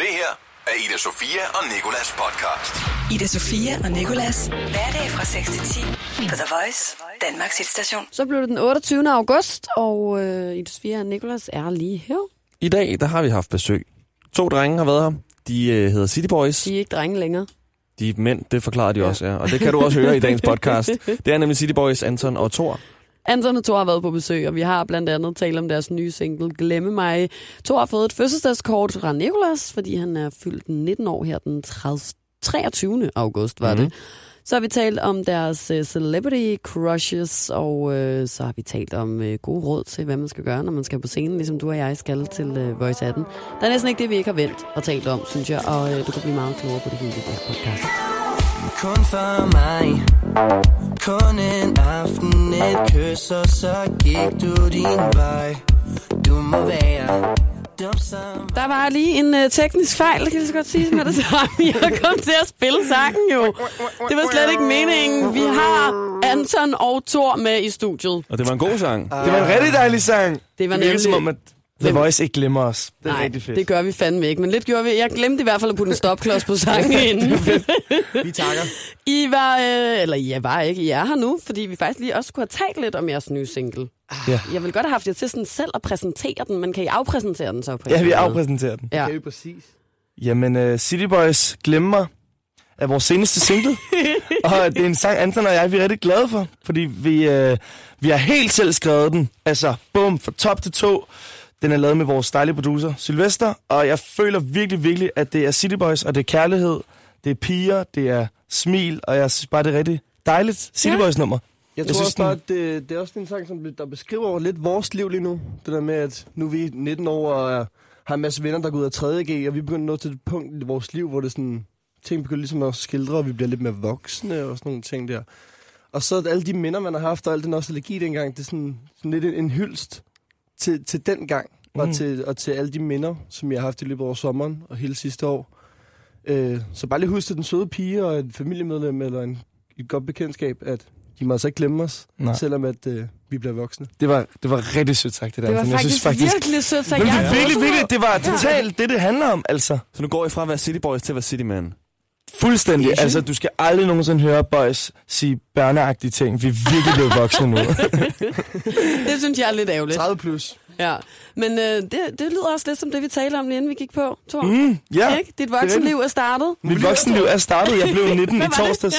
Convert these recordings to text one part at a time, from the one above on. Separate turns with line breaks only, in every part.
af Ida Sofia og Nikolas podcast.
Ida Sofia og Nikolas. Hverdag fra 6 til 10 på The Voice, Danmarks hitstation.
Så blev det den 28. august, og øh, Ida Sofia og Nikolas er lige her.
I dag, der har vi haft besøg. To drenge har været her. De øh, hedder City Boys.
De er ikke drenge længere.
De er mænd, det forklarer de
Ja.
også, ja. Og det kan du også høre i dagens podcast. Det er nemlig City Boys, Anton og Thor.
Anton og Thor har været på besøg, og vi har blandt andet talt om deres nye single, Glemme mig. Thor har fået et fødselsdagskort fra Nikolas, fordi han er fyldt 19 år her den 30, 23. august, var mm. det. Så har vi talt om deres øh, celebrity crushes, og øh, så har vi talt om øh, gode råd til, hvad man skal gøre, når man skal på scenen, ligesom du og jeg skal til øh, Voice 18. Der er næsten ikke det, vi ikke har vendt og talt om, synes jeg, og øh, du kan blive meget klogere på det hele i det her podcast.
kun for mig Kun en aften, et kys, og så gik du din vej Du må være dum som
Der var lige en øh, teknisk fejl, det kan jeg lige så godt sige med det samme. Jeg kom til at spille sangen jo. Det var slet ikke meningen. Vi har Anton og Thor med i studiet.
Og det var en god sang.
Ah. Det var en rigtig dejlig sang.
Det var
Det virker som om,
nemlig...
at The Voice ikke glemmer os. Det er
Nej,
rigtig fedt.
det gør vi fandme ikke, men lidt gjorde vi. Jeg glemte i hvert fald at putte en stopklods på sangen inden.
Vi takker.
I var, øh, eller jeg var ikke, I er her nu, fordi vi faktisk lige også kunne have talt lidt om jeres nye single.
Ja.
Jeg ville godt have haft jer til sådan selv at præsentere den, men kan I afpræsentere den så på en
Ja, vi
eller anden måde?
afpræsenterer den.
Ja.
Jamen, uh, City Boys Glemmer er vores seneste single. og det er en sang, Anton og jeg vi er rigtig glade for. Fordi vi, uh, vi har helt selv skrevet den. Altså, bum, fra top til to. Den er lavet med vores dejlige producer, Sylvester. Og jeg føler virkelig, virkelig, at det er City Boys, og det er kærlighed. Det er piger, det er smil, og jeg synes bare, det er rigtig dejligt City
Ja.
Boys nummer.
Jeg,
Jeg
tror
synes,
også bare, at det, det er også en sang, som der beskriver lidt vores liv lige nu. Det der med, at nu er vi 19 år og er- har en masse venner, der går ud af 3.G, og vi begynder at nå til et punkt i vores liv, hvor det er sådan, ting begynder ligesom at skildre, og vi bliver lidt mere voksne og sådan nogle ting der. Og så at alle de minder, man har haft, og al den nostalgi dengang, det er sådan, sådan lidt en, en hyldst til, til den gang, og,
Mm.
til, og til alle de minder, som jeg har haft i løbet af sommeren og hele sidste år. Øh, så bare lige husk til den søde pige og et familiemedlem eller en, et godt bekendtskab, at de må altså ikke glemme os,
Nej.
Nej. selvom at øh, vi bliver voksne.
Det var, det var rigtig sødt sagt, det der.
Det var
Anton. jeg
faktisk,
synes faktisk
virkelig sødt, så
Men det
jeg
er virkelig,
rystet.
virkelig, det var totalt det, det handler om, altså.
Så nu går I fra at være City Boys til at være City Man.
Fuldstændig. Altså, du skal aldrig nogensinde høre boys sige børneagtige ting. Vi er virkelig blevet voksne nu.
Det synes jeg er lidt ærgerligt.
30 plus.
Ja, men øh, det, det lyder også lidt som det, vi talte om lige inden vi gik på, Thor. Mm,
Mm, ja,
ikke? Dit voksenliv er startet.
mit voksenliv er startet. Jeg blev 19 i
Hvad var det?
torsdags.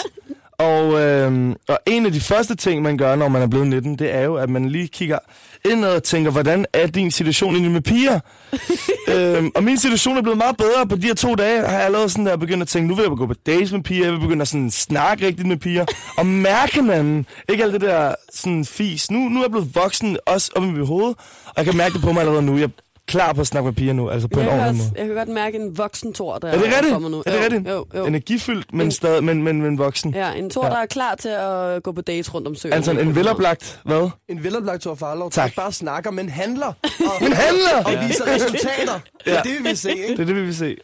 Og, øhm, og en af de første ting, man gør, når man er blevet 19, det er jo, at man lige kigger indad og tænker, hvordan er din situation egentlig med piger? øhm, og min situation er blevet meget bedre på de her to dage. Har jeg allerede sådan der begyndt at tænke, nu vil jeg gå på dates med piger, jeg vil begynde at sådan snakke rigtigt med piger, og mærke hinanden. Ikke alt det der sådan fis. Nu, nu er jeg blevet voksen, også om i mit hoved, og jeg kan mærke det på mig allerede nu. Jeg er klar på at snakke med piger nu, altså på
Jeg
en
kan,
ordentlig
også,
måde.
jeg kan godt mærke en voksen Thor, der
Er det rigtigt?
kommer nu.
Er det
Jo,
rigtigt?
Jo, jo.
Energifyldt, men,
En-
stadig, men, men, men voksen.
Ja, en Thor,
Ja.
der er klar til at gå på dates rundt om søen.
Altså en veloplagt, hvad?
En veloplagt Thor Farlov, der
Tak.
ikke bare snakker, men handler
Men handler!
og viser resultater. Det
Ja.
er det, vi vil se, ikke?
Det er det, vi vil se.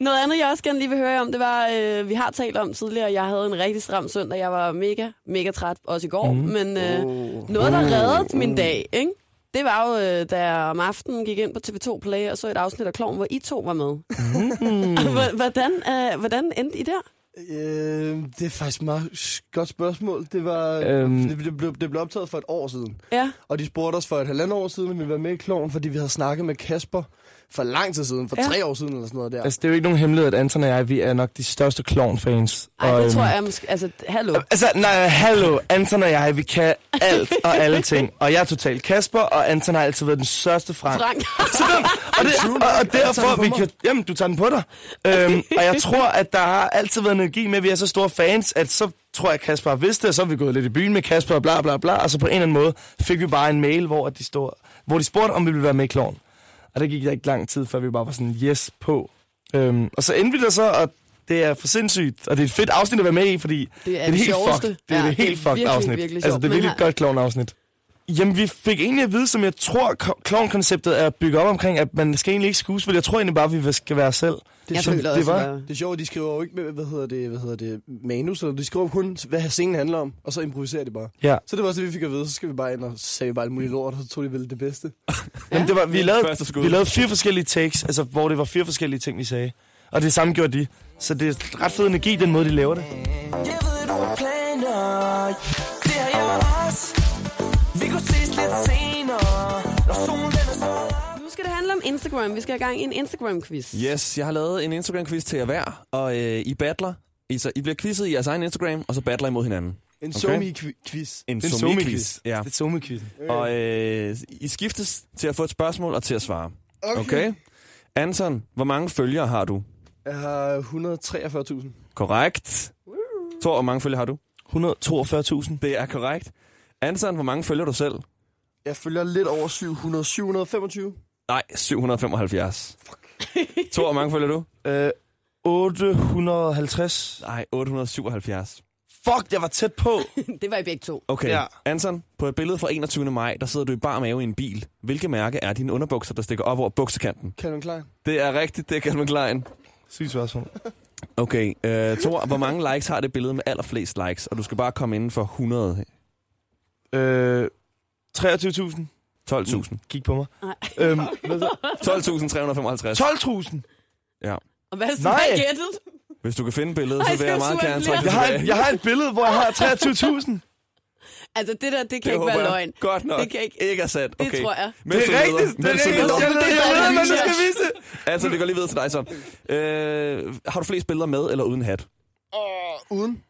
Noget andet, jeg også gerne lige vil høre om, det var, øh, vi har talt om tidligere, jeg havde en rigtig stram søndag. Jeg var mega, mega træt, også i går. Mm. Men øh, noget, der reddede min dag, ikke? det var jo, øh, da jeg om aftenen gik ind på TV2 Play og så et afsnit af Kloven, hvor I to var med. Mm. hvordan, øh, hvordan endte I der?
Øh, det er faktisk et meget sh- godt spørgsmål. Det, var,
Øhm.
øhm. det, det, blev, det blev optaget for et år siden.
Ja.
Og de spurgte os for et halvandet år siden, om vi ville være med i Kloven, fordi vi havde snakket med Kasper for lang tid siden, for
Ja.
ja. tre år siden eller sådan noget der.
Altså, det er jo ikke nogen hemmelighed, at Anton og jeg, vi er nok de største klovnfans.
Ej,
Og,
det
øhm,
tror jeg måske... Altså, hallo.
Altså, nej, hallo, Anton og jeg, vi kan alt og alle ting. Og jeg er totalt Kasper, og Anton har altid været den største frank.
Frank.
altså, Og, det, og, og derfor, vi kan, jamen, du tager den på dig. Øhm, og jeg tror, at der har altid været en energi med, at vi er så store fans, at så tror jeg, at Kasper har vidst det, og så er vi gået lidt i byen med Kasper og bla bla bla, og så på en eller anden måde fik vi bare en mail, hvor at de, stod, hvor de spurgte, om vi ville være med i Kloven. Og det gik der ikke lang tid, før vi bare var sådan, yes, på. Øhm, og så endte vi der så, og det er for sindssygt, og det er et fedt afsnit at være med i, fordi
Det er
det
det
helt
sjoveste.
fucked. Det er
Ja,
ja, det
det er
helt fucked
virkelig,
afsnit.
virkelig
altså,
sjovt.
det er
Men
virkelig
har-
et godt klovn-afsnit. Jamen, vi fik egentlig at vide, som jeg tror, ko- klovn-konceptet er bygget op omkring, at man skal egentlig ikke skuespille. Jeg tror egentlig bare, vi skal være os selv.
Jeg
som
føler
det
også,
var.
at-
Det er sjovt, de skriver jo ikke, med, hvad hedder det, hvad hedder det, manus, eller de skriver kun, hvad scenen handler om, og så improviserer de bare.
Ja.
Så det var også det, vi fik at vide, så skal vi bare ind og sagde bare alt muligt lort, og så tog de vel det bedste.
Jamen, det var, vi, lavede,
Første skud.
vi lavede fire forskellige takes, altså, hvor det var fire forskellige ting, vi sagde. Og det samme gjorde de. Så det er ret fed energi, den måde, de laver det.
Jeg ved, du har planer Det har jeg også Vi kunne ses lidt senere Når solen den er stået op
Nu skal det handle om Instagram. Vi skal have gang i en Instagram-quiz.
Yes, jeg har lavet en Instagram-quiz til jer hver, og øh, I battler. I, så, I bliver quizzet i jeres egen Instagram, og så battler I mod hinanden.
En
Okay.
okay. somi-quiz.
En
Det er en
somi-quiz.
somi-quiz.
Ja.
Det er somi-quiz.
Og øh, I skiftes til at få et spørgsmål og til at svare.
Okay.
Okay? Anton, hvor mange følgere har du?
Jeg har 143.000.
Korrekt. Thor, hvor mange følgere har du?
142.000.
Det er korrekt. Anton, hvor mange følger du selv?
Jeg følger lidt over 700. 725.
Nej, 775. Fuck. Thor, hvor mange følger du?
Øh, 850.
Nej, 877.
Fuck, jeg var tæt på.
Det var i begge to.
Okay. Ja.
Ja.
Anton, på et billede fra 21. maj, der sidder du i bar mave i en bil. Hvilke mærke er dine underbukser, der stikker op over buksekanten?
Calvin Klein.
Det er rigtigt, det er Calvin Klein.
Sygt spørgsmål.
Okay, øh, Thor, hvor mange likes har det billede med allerflest likes? Og du skal bare komme inden for 100.
Øh, 23.000.
12.000.
Kig på mig.
Nej.
Øhm,
12.355.
12.000.
Og hvad så
Nej.
har I gættet?
Hvis du kan finde billedet,
Ej,
så vil
skal
jeg
jeg
meget
sure blive?
gerne trække
Jeg
det
har,
tilbage.
et, jeg har et billede, hvor jeg har 23.000.
Altså, det der, det kan
Det
ikke
håber
være
jeg
løgn.
Godt nok.
Det kan ikke-
ikke er sandt.
Det
Okay.
tror jeg.
Mens
Det er
du leder-
rigtigt. Det er
mens du
rigtigt. Jeg
leder-
ved, jeg ved, men du skal vise det.
Altså, det går lige videre til dig så. Øh, har du flest billeder med eller uden hat?
Uden.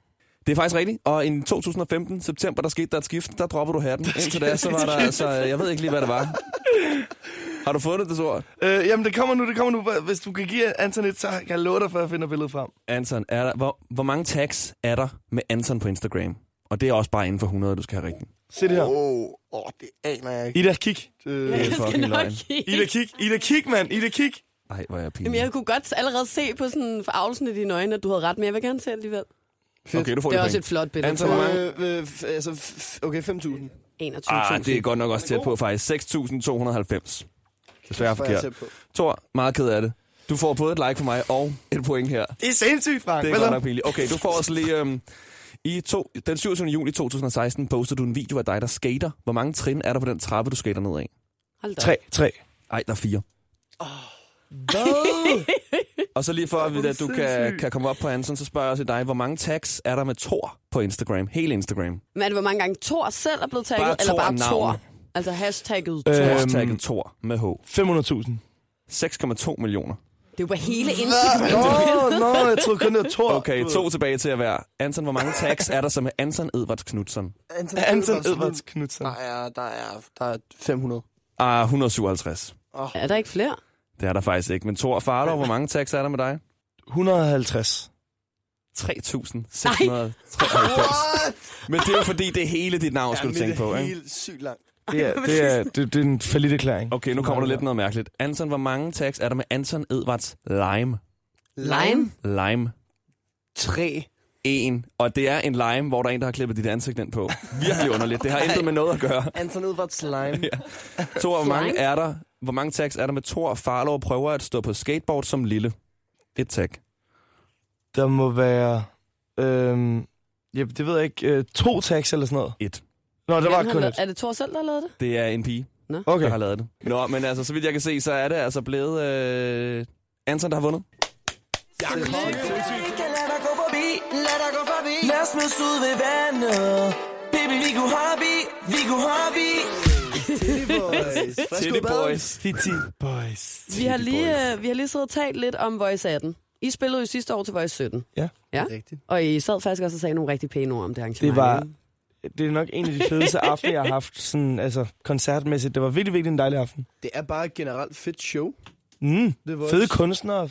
Det er faktisk rigtigt, og i 2015, september, der skete der et skift, der droppede du hatten. Indtil da, så var der altså, jeg ved ikke lige, hvad det var. Har du fundet det, så?
Øh, jamen, det kommer nu, det kommer nu. Hvis du kan give Anton et, så kan jeg love dig, for at jeg finder billedet frem.
Anton, er der, hvor, hvor mange tags er der med Anton på Instagram? Og det er også bare inden for 100, du skal have rigtigt.
Se det her.
Åh, oh, oh, det aner jeg ikke.
Ida, kig.
Øh,
Jeg skal
fucking
nok
løgn.
give.
Ida, kig. Ida, kig, mand. Ida, kig.
Nej, hvor er jeg
Jamen, jeg
pinlig.
kunne godt allerede se på sådan forarvelsen i dine øjne, at du havde ret, men jeg vil gerne se alligevel.
Okay, du får
Det er
point.
også et flot billede.
Anton, hvor mange?
øh, øh, f- altså, f- okay, 5.000.
21.000.
Ah, det er godt nok også tæt på, faktisk. 6.290. Desværre
Får jeg
forkert.
tæt på.
Thor, meget ked af det. Du får både et like for mig og et point her.
Det er sindssygt, Frank.
Det er
Hvad så?
godt nok pinligt. Okay, du får også lige... Øhm, i to, den 27. juli 2016 postede du en video af dig, der skater. Hvor mange trin er der på den trappe, du skater ned af?
Hold da. op.
Tre, tre.
Ej, der er fire. Og så lige for, at, at du kan, kan komme op på Hansen, så spørger jeg også dig, hvor mange tags er der med Thor på Instagram? Hele Instagram.
Men er det, hvor mange gange Thor selv er blevet tagget,
Bare
eller
Thor
bare Thor?
navn.
Altså hashtagget
Øh,
Thor.
Øhm.
Hashtagget Thor med H.
500.000.
6,2 millioner.
Det er jo bare hele Instagram.
Nå, nå, jeg troede kun, det var Thor.
Okay, to tilbage til at være. Anton, hvor mange tags er der så med Anton Edvards Knudsen?
Anton,
Anton Edvards Knudsen.
Der er, der er, der er 500.
Ah, 157.
Er der ikke flere?
Det er der faktisk ikke. Men Thor Fardor, hvor mange tags er der med dig?
150.
3.693. Men det er jo fordi, det er hele dit navn, skulle du tænke på. Ikke?
helt sygt langt.
Det er, det er, det, det er en falit erklæring.
Okay, nu kommer der lidt noget mærkeligt. Anton, hvor mange tags er der med Anton Edvards Lime?
Lime?
Lime.
3.
En. Og det er en lime, hvor der er en, der har klippet dit ansigt ind på. Virkelig underligt. Det har intet med noget at gøre.
Anton Edvards Lime.
Thor, hvor mange
Slime.
er der? Hvor mange tags er der med Thor Farlov prøver at stå på skateboard som lille? Et tag.
Der må være... Øhm, ja, det ved jeg ikke. Øh, to tax eller sådan noget.
Et.
Nå, der var
Hvem har
kun
lavet-
et.
Er det Thor selv, der har lavet det?
Det er en pige, der
Okay.
har lavet det. Nå, men altså, så vidt jeg kan se, så er det altså blevet øh, Anton, der har vundet.
Kan lade dig gå forbi Lad dig gå forbi Lad os mødes ud ved vandet Baby, vi kunne hoppe i Vi kunne hoppe i
Titty Boys.
Titi Boys.
Vi har, lige, øh, vi har lige siddet og talt lidt om Voice 18. I spillede jo sidste år til Voice 17.
Ja.
ja.
Rigtigt.
Og I sad faktisk også og sagde nogle rigtig pæne ord om det arrangement.
Det var... Det er nok en af de fedeste aftener, jeg har haft sådan, altså, koncertmæssigt. Det var virkelig, virkelig en dejlig aften.
Det er bare et generelt fedt show.
Mm.
Det var
Fede kunstnere,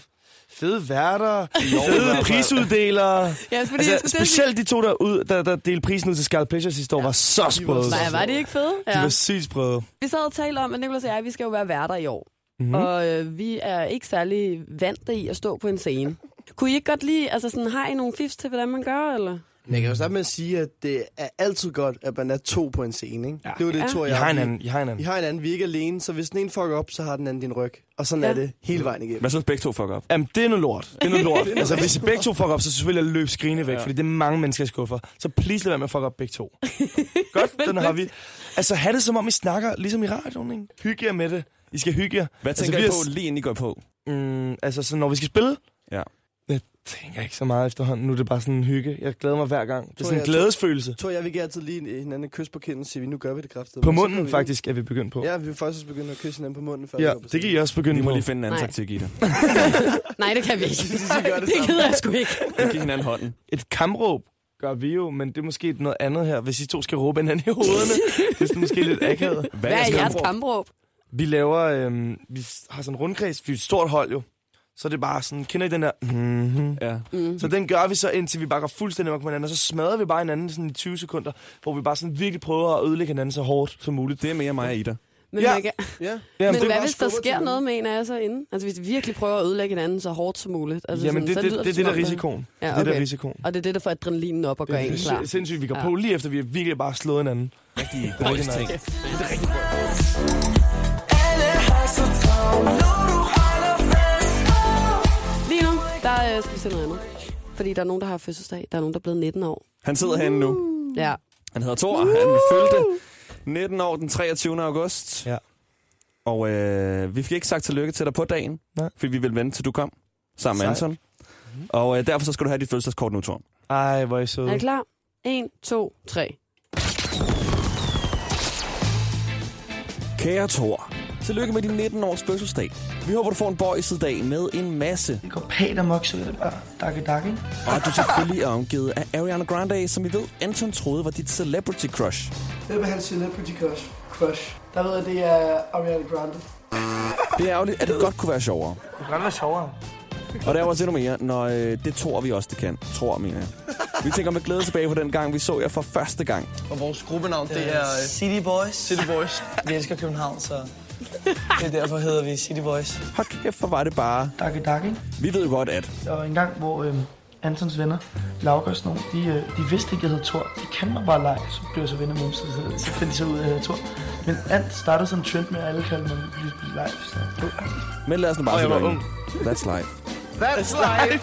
fede værter,
i hvert
fede
fald.
prisuddelere.
Ja, fordi altså, jeg skulle
Altså,
til at sige-
specielt de to, der, ud, der, der delte prisen ud til Scarlet Pleasure sidste år, var så sprøde.
Nej, var det ikke fede?
De var sygt sprøde.
Vi sad og talte om, at Nicolas og jeg, vi skal jo være værter i år.
Mhm.
Mm-hmm. Og øh, vi er ikke særlig vant i at stå på en scene. Kunne I ikke godt lide, altså sådan, har I nogle fifs til, hvordan man gør, eller?
Men jeg kan jo starte med at sige, at det er altid godt, at man er to på en scene. Ikke? Ja. Det var det,
Ja.
tror jeg.
Jeg har en
vi-
anden. Jeg har en
I
anden.
har en anden, vi er ikke alene, så hvis den ene fucker op, så har den anden din ryg. Og sådan
Ja.
ja. er det hele vejen igennem.
Hvad synes begge to fuck op?
Jamen, det er noget lort. Det er noget lort. altså, hvis I begge to fucker op, så selvfølgelig jeg løb skrigende væk, ja. fordi det er mange mennesker, jeg skuffer. Så please lad være med at fuck op begge to. Godt, den har vi. Altså, have det som om, I snakker ligesom i radioen, ikke? Hygge jer med det. I skal hygge jer.
Hvad
Altså,
tænker
vi
altså, I
har
på, lige inden I går på?
Mm, altså, så når vi skal spille,
Ja.
Jeg tænker ikke så meget efterhånden. Nu er det bare sådan en hygge. Jeg glæder mig hver gang. Det er
Tror
sådan en
jeg, jeg
glædesfølelse.
Tror jeg, vi giver altid lige en- hinanden et kys på kinden og siger, vi nu gør vi det kraftigt.
På munden faktisk er vi begyndt på.
Ja, vi vil faktisk også begynde at kysse hinanden på munden. Før
Ja,
vi går på
det kan I også begynde
Vi må
på.
lige finde en anden
Nej.
taktik i det.
Nej, det kan vi ikke.
gør det
det gider jeg sgu ikke.
Vi giver hinanden hånden.
Et kamråb gør vi jo, men det er måske noget andet her, hvis I to skal råbe hinanden i hovederne. det er sådan måske lidt akavet.
Hvad er
jeres
jeres kampråb?
Vi laver, øhm, vi s- har sådan en rundkreds, vi er et stort hold jo. Så det er bare sådan, kender I den der? Mm-hmm.
Ja.
Så den gør vi så, indtil vi bakker fuldstændig op på hinanden, og så smadrer vi bare hinanden sådan i 20 sekunder, hvor vi bare sådan virkelig prøver at ødelægge hinanden så hårdt som muligt.
Det er mere mig og Ida.
Men,
Ja.
man kan,
scenen. Ja.
Jamen,
men
det-
hvad
bare
hvis der
skubber til
sker
hinanden.
noget med en af jer så inden? Altså hvis de virkelig prøver at ødelægge hinanden så hårdt som muligt? Altså,
Jamen, det,
så
det,
lyder
det, det, er det
som
der
om,
risikoen.
Ja,
Ja, okay. Det er
okay.
der risikoen.
Og det er det, der får adrenalin op og gør en
Det
klar.
er sindssygt, vi går
Ja.
på lige efter, vi har virkelig bare slået hinanden.
Rigtig dårlig ting.
Alle har så travlt, når du holder fast.
Lige nu, der øh, skal vi se noget andet. Fordi der er nogen, der har fødselsdag. Der er nogen, der er blevet 19 år.
Han sidder herinde nu.
Mm.
Ja.
Han hedder Thor. Han følte 19 år den 23. august.
Ja.
Og øh, vi fik ikke sagt tillykke til dig på dagen,
Nej.
fordi vi ville vente til du kom sammen med
Sejt. Mhm.
Anton. Og øh, derfor så skal du have dit fødselskort nu, Thor.
Ej, hvor er I
Er I
søde.
klar? 1, 2, 3.
Kære Thor, tillykke med din 19-års fødselsdag. Vi håber, du får en boys-dag med en masse.
Det går pænt amok, så er det bare dakke dakke.
Og at du selvfølgelig er omgivet af Ariana Grande, som vi ved, Anton troede var dit celebrity crush.
Hvem er hans celebrity crush? crush? Der ved jeg, det er Ariana Grande.
Det er ærgerligt, at det godt kunne være sjovere.
Det kunne godt være sjovere.
Og der er også endnu mere, når øh, det tror vi også, det kan. Tror, mener jeg. Vi tænker med glæde tilbage på den gang, vi så jer for første gang.
Og vores gruppenavn, det er... øh,
City Boys. City Boys. vi elsker København, så det er derfor hedder vi City Boys.
Hold kæft, hvor var det bare.
Dakke dakke.
Vi ved jo godt, at...
Der var en gang, hvor øh, Antons venner, Lauke og sådan nogle, de, øh, de vidste ikke, at jeg hed Thor. De kendte mig bare leg, så blev jeg så venner med dem, så, så, så fandt de så ud af, at jeg hed Thor. Men Ant startede sådan en trend med, at alle kaldte mig Live. Så.
Men lad os nu bare
Og jeg
se
var
derinde.
ung.
That's life.
That's life.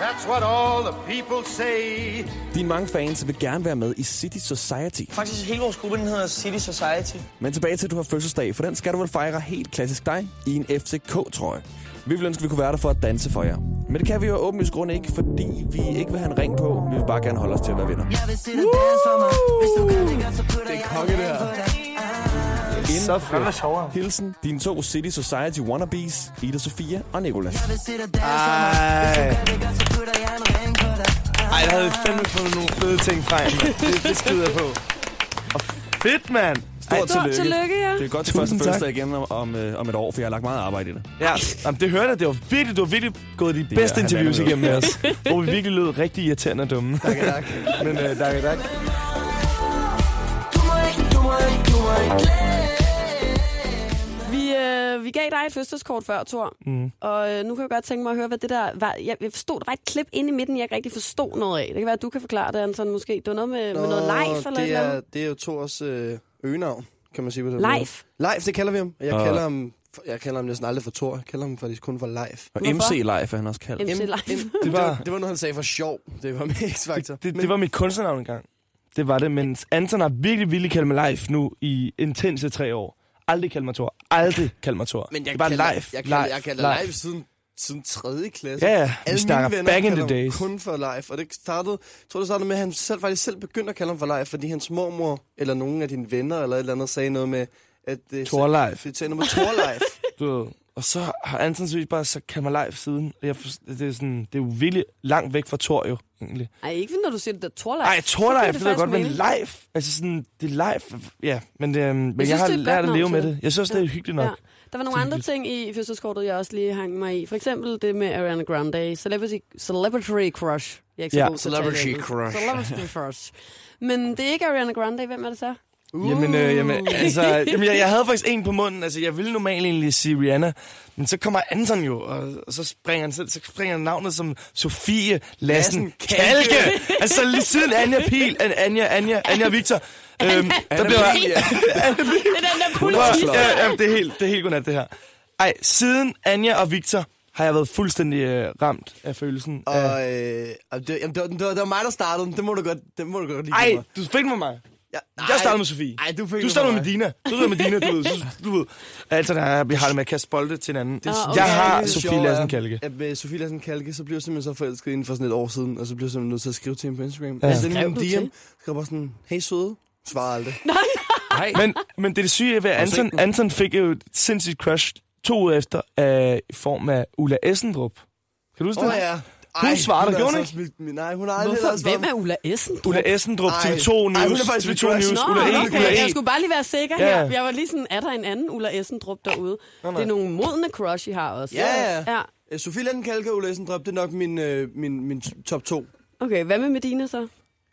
That's what all the people say.
Dine mange fans vil gerne være med i City Society.
Faktisk hele vores gruppe, den hedder City Society.
Men tilbage til, at du har fødselsdag, for den skal du vel fejre helt klassisk dig i en FCK-trøje. Vi ville ønske, at vi kunne være der for at danse for jer. Men det kan vi jo åbenlyst grund ikke, fordi vi ikke vil have en ring på. Vi vil bare gerne holde os til at være venner.
Jeg vil se dig danse for mig. Hvis du gør det godt, så putter jeg
konge, det her.
på dig.
Så fedt.
Hvad sjovere?
Hilsen, dine to City Society wannabes, Ida Sofia og Nicolas.
Jeg vil se dig danse for mig.
Ej,
Gør det godt, så putter jeg en ring på dig.
ej, der havde vi fandme fundet nogle fede ting fra jer, mand. Det, det skider jeg på. Og fedt, mand. Ej,
Stort tillykke.
Tillykke, ja.
Det er godt til
Tusind
første
tak.
fødselsdag igen om, om, øh, om et år, for jeg har lagt meget arbejde i det.
Ja, jamen, det hørte jeg. Det var virkelig, du var virkelig gået de
er
bedste
halvandet
interviews
minut.
igennem med os. Hvor vi virkelig lød rigtig irriterende og dumme. Tak, tak. Men øh, tak, tak.
Du må ikke, du må ikke, du må ikke
Vi, øh, vi gav dig et fødselskort før, Thor. Mm. Og øh, nu kan jeg godt tænke mig at høre, hvad det der var. Jeg, jeg forstod, der var et klip inde i midten, jeg ikke rigtig forstod noget af. Det kan være, at du kan forklare det, Anton, måske. Det var noget med, med noget live eller
det er,
noget.
det er jo Thors øh, øgenavn, kan man sige på det.
Leif?
Leif, det kalder vi ham. Jeg,
Og-
kalder ham for, jeg kalder ham næsten aldrig for Thor. Jeg kalder ham faktisk kun for Leif.
Og
Hvorfor?
MC Life er han også kaldt.
MC Live.
Det var,
Det var noget, han sagde for sjov. Det var med X-Factor.
det, det var mit kunstnernavn engang. Det var det, men Anton har virkelig, virkelig kaldt mig live nu i intense tre år. Aldrig kaldt mig Thor. Aldrig kaldt mig Thor.
Men
Det er
jeg
bare
kalder,
live.
Jeg kalder,
live,
jeg kalder live,
live.
siden, siden 3. klasse.
Ja, ja. Vi
Alle mine
snakker
venner
back in the
kalder ham
days.
kun for Leif. Og det startede, jeg tror, det startede med, at han selv, faktisk selv begyndte at kalde ham for Leif, fordi hans mormor eller nogen af dine venner eller et eller andet sagde noget med, at det
Thor live.
Det sagde noget med Thor Leif.
Du ved. Og så har Anton seriøst bare så kaldt mig live siden. Og Jeg, forst- det, er sådan, det er jo virkelig langt væk fra Thor jo, egentlig.
Ej, ikke når du siger det der Thor Live.
Ej, Thor
Så giver
live, det, ved jeg
faktisk
godt, men
mening.
live, altså sådan, det er live, ja, men, øhm, men jeg,
synes,
jeg har
det er et
lært
godt
at leve
navn
med
til
det. Jeg synes, det er hyggeligt nok. Ja.
Der var nogle andre ting i fødselskortet, jeg også lige hang mig i. For eksempel det med Ariana Grande. Celebrity, celebrity crush. Jeg er ikke så
Ja,
god til at tale
celebrity
engelsk.
crush.
Celebrity crush. Men det er ikke Ariana Grande. Hvem er det så?
Jamen, øh, jamen,
Uh.
altså, jamen jeg, jeg havde faktisk en på munden, altså jeg ville normalt egentlig sige Rihanna, men så kommer Anton jo, og, og så, springer han, så, så springer han navnet som Sofie Lassen
Lassen Kalke.
Kalke. altså lige siden Anja Pil, An, Anja, Anja, Anja og Victor, øhm, der blev
Pil.
jeg...
Det er den der
Prøv,
politik.
ja, ja, det er helt, det er helt godnat, det her. Ej, siden Anja og Victor har jeg været fuldstændig øh, ramt af følelsen. af-
Og, øh, og det, jamen, det, var, det, var, det var mig, der startede den. Det må du godt, det må du godt lide.
Ej, du fik mig mig.
Ja,
Jeg startede med Sofie.
Ej, du fik
Du
det
startede
fra
med
mig.
Dina. Du startede med Dina, du ved. Så- Du ved. Altså, der er, vi har det med at kaste bolde til hinanden.
Ah, okay.
Jeg har
Det
Sofie
sjove er,
Lassen Kalke.
At med øh, Sofie Lassen Kalke, så blev jeg simpelthen så forelsket inden for sådan et år siden, og så blev jeg simpelthen nødt til at skrive til hende på Instagram. Ja. Jeg sendte
Skrev
hende
du
en DM,
til?
skrev bare sådan, hey søde, svarer aldrig.
Nej.
Men, men det er det syge ved, at
set
Anton,
den?
Anton fik jo et sindssygt crush to uger efter øh, i form af Ulla Essendrup. Kan du huske
Åh oh,
det?
ja.
Hun svarer dig,
har
gjorde hun
altså smidt min- Nej, hun har aldrig
Hvorfor?
altså
Hvem
svaret.
er Ulla Essen?
Ulla Essendrup,
Ej.
TV2
Ej, hun er
News,
faktisk
TV2
min crush.
News,
Nå,
Ulla E, Ulla
okay. Jeg
E.
skulle bare lige være sikker
Ja.
her. Jeg var lige sådan, er der en anden Ulla Essendrup derude? Det er nogle modne crush, I har også.
Ja, ja.
ja.
Øh, Sofie Lassen Kalke og Ulla Essendrop, det er nok min, øh, min, min t- top 2.
Okay, hvad med Medina så?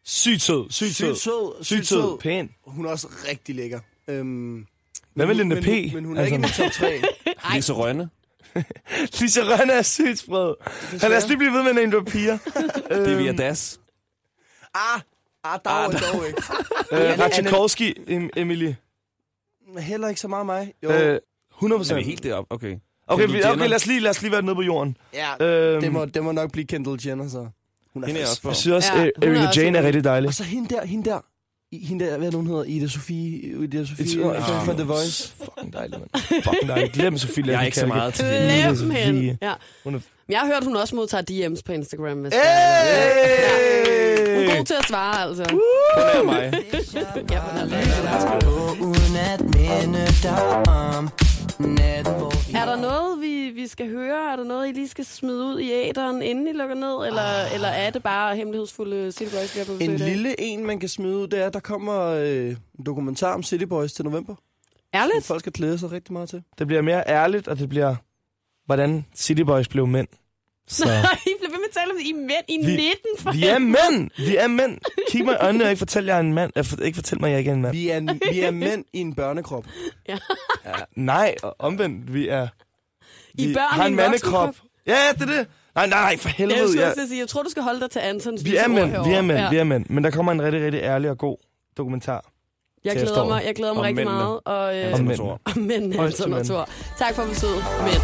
Sygt sød, sygt sød,
Sygt sød,
sygt
sygt
sød,
sød.
pæn.
Hun er også rigtig lækker. Øhm,
Hvad med
men hun-
Linda
men
P? Altså,
hun- Men hun er ikke i min top Ah, 3.
Lise Rønne.
Lise Rønne er sygt sprød. Han lad os lige blive ved med at nævne piger.
Det
Øhm.
er via Das.
Ah, ah, der var ah, dog ikke.
Øh, Ratchikovski, em, Emilie.
Heller ikke så meget mig. Jo,
Øh, 100
Er vi
procent.
helt deroppe? Okay.
Okay,
Kendall
vi, okay
Jenner.
lad, os lige, lad os lige være nede på jorden.
ja,
Øh,
det, må, det må nok blive Kendall Jenner, så. Hun er,
Hende er jeg
frisk.
også på.
jeg synes også,
Ja,
ja,
hun er
Erika
også
Jane er
en-
rigtig dejlig.
Og så hende der, hende der, I- hende der, hvad er det, hun hedder, Ida Sofie, Ida Sofie
It's-
fra-
ah,
fra The Voice.
Fucking dejlig, mand. Fucking dejlig. Glem Sofie Lassen
Jeg er ikke så
Kalke.
meget til det.
Glem
Sofie.
hende. Ja.
Hun er-
Men jeg har hørt, hun også modtager DM's på Instagram. Hvis der er- Hun er
Hey!
god til at svare, altså.
Hun er mig.
Ja, hun er
Gå uden at minde dig om natten, hvor vi...
Er der noget, vi, vi skal høre? Er der noget, I lige skal smide ud i æderen, inden I lukker ned? Eller,
Ah.
eller er det bare hemmelighedsfulde City Boys, vi har på besøg
En
i dag?
lille en, man kan smide ud, det er, at der kommer øh, en dokumentar om City Boys til november. Som
Ærligt?
folk skal glæde sig rigtig meget til.
Det bliver mere ærligt, og det bliver, hvordan City Boys blev mænd. Så.
Nej, I bliver ved med at tale om det. I er mænd i
Vi-
19, for
Vi er mænd! Vi er mænd! Kig mig i øjnene og ikke fortæl, jeg er en mand. Jeg for, ikke fortæl mig, jeg ikke er en mand.
Vi er, vi er mænd i en børnekrop.
Nej, og omvendt, vi er...
I
vi
børn
har
i
en
en
mandekrop.
voksenkrop.
Ja, det er det. Nej, nej, for
Jeg, jeg,
helvede.
skulle
Jeg,
også til at sige, jeg tror, du skal holde dig til Antons
vi
vise
er
ord
mænd, vi er
herovre.
mænd,
Ja.
vi er mænd. Men der kommer en rigtig, rigtig ærlig og god dokumentar.
Jeg
til
glæder
efteråret.
mig, jeg glæder mig
Om
rigtig
mændene.
meget. Og, øh,
Om
Som
mænd.
tror.
og mænd,
Højst til
Anton og
mænd.
Thor. Tak for besøget, mænd.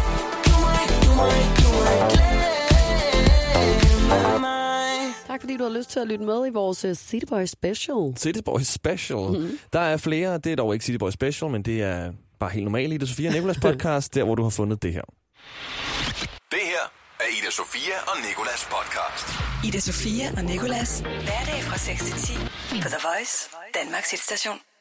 Tak fordi du har lyst til at lytte med i vores øh, City Boys special.
City Boys Special. Mm. Der er flere. Det er dog ikke City Boys Special, men det er bare helt normalt i det Sofia og Nicolas podcast, der hvor du har fundet det her.
Det her er Ida Sofia og Nikolas podcast.
Ida Sofia og Nikolas. Hverdag fra 6 til 10 på The Voice, Danmarks hitstation.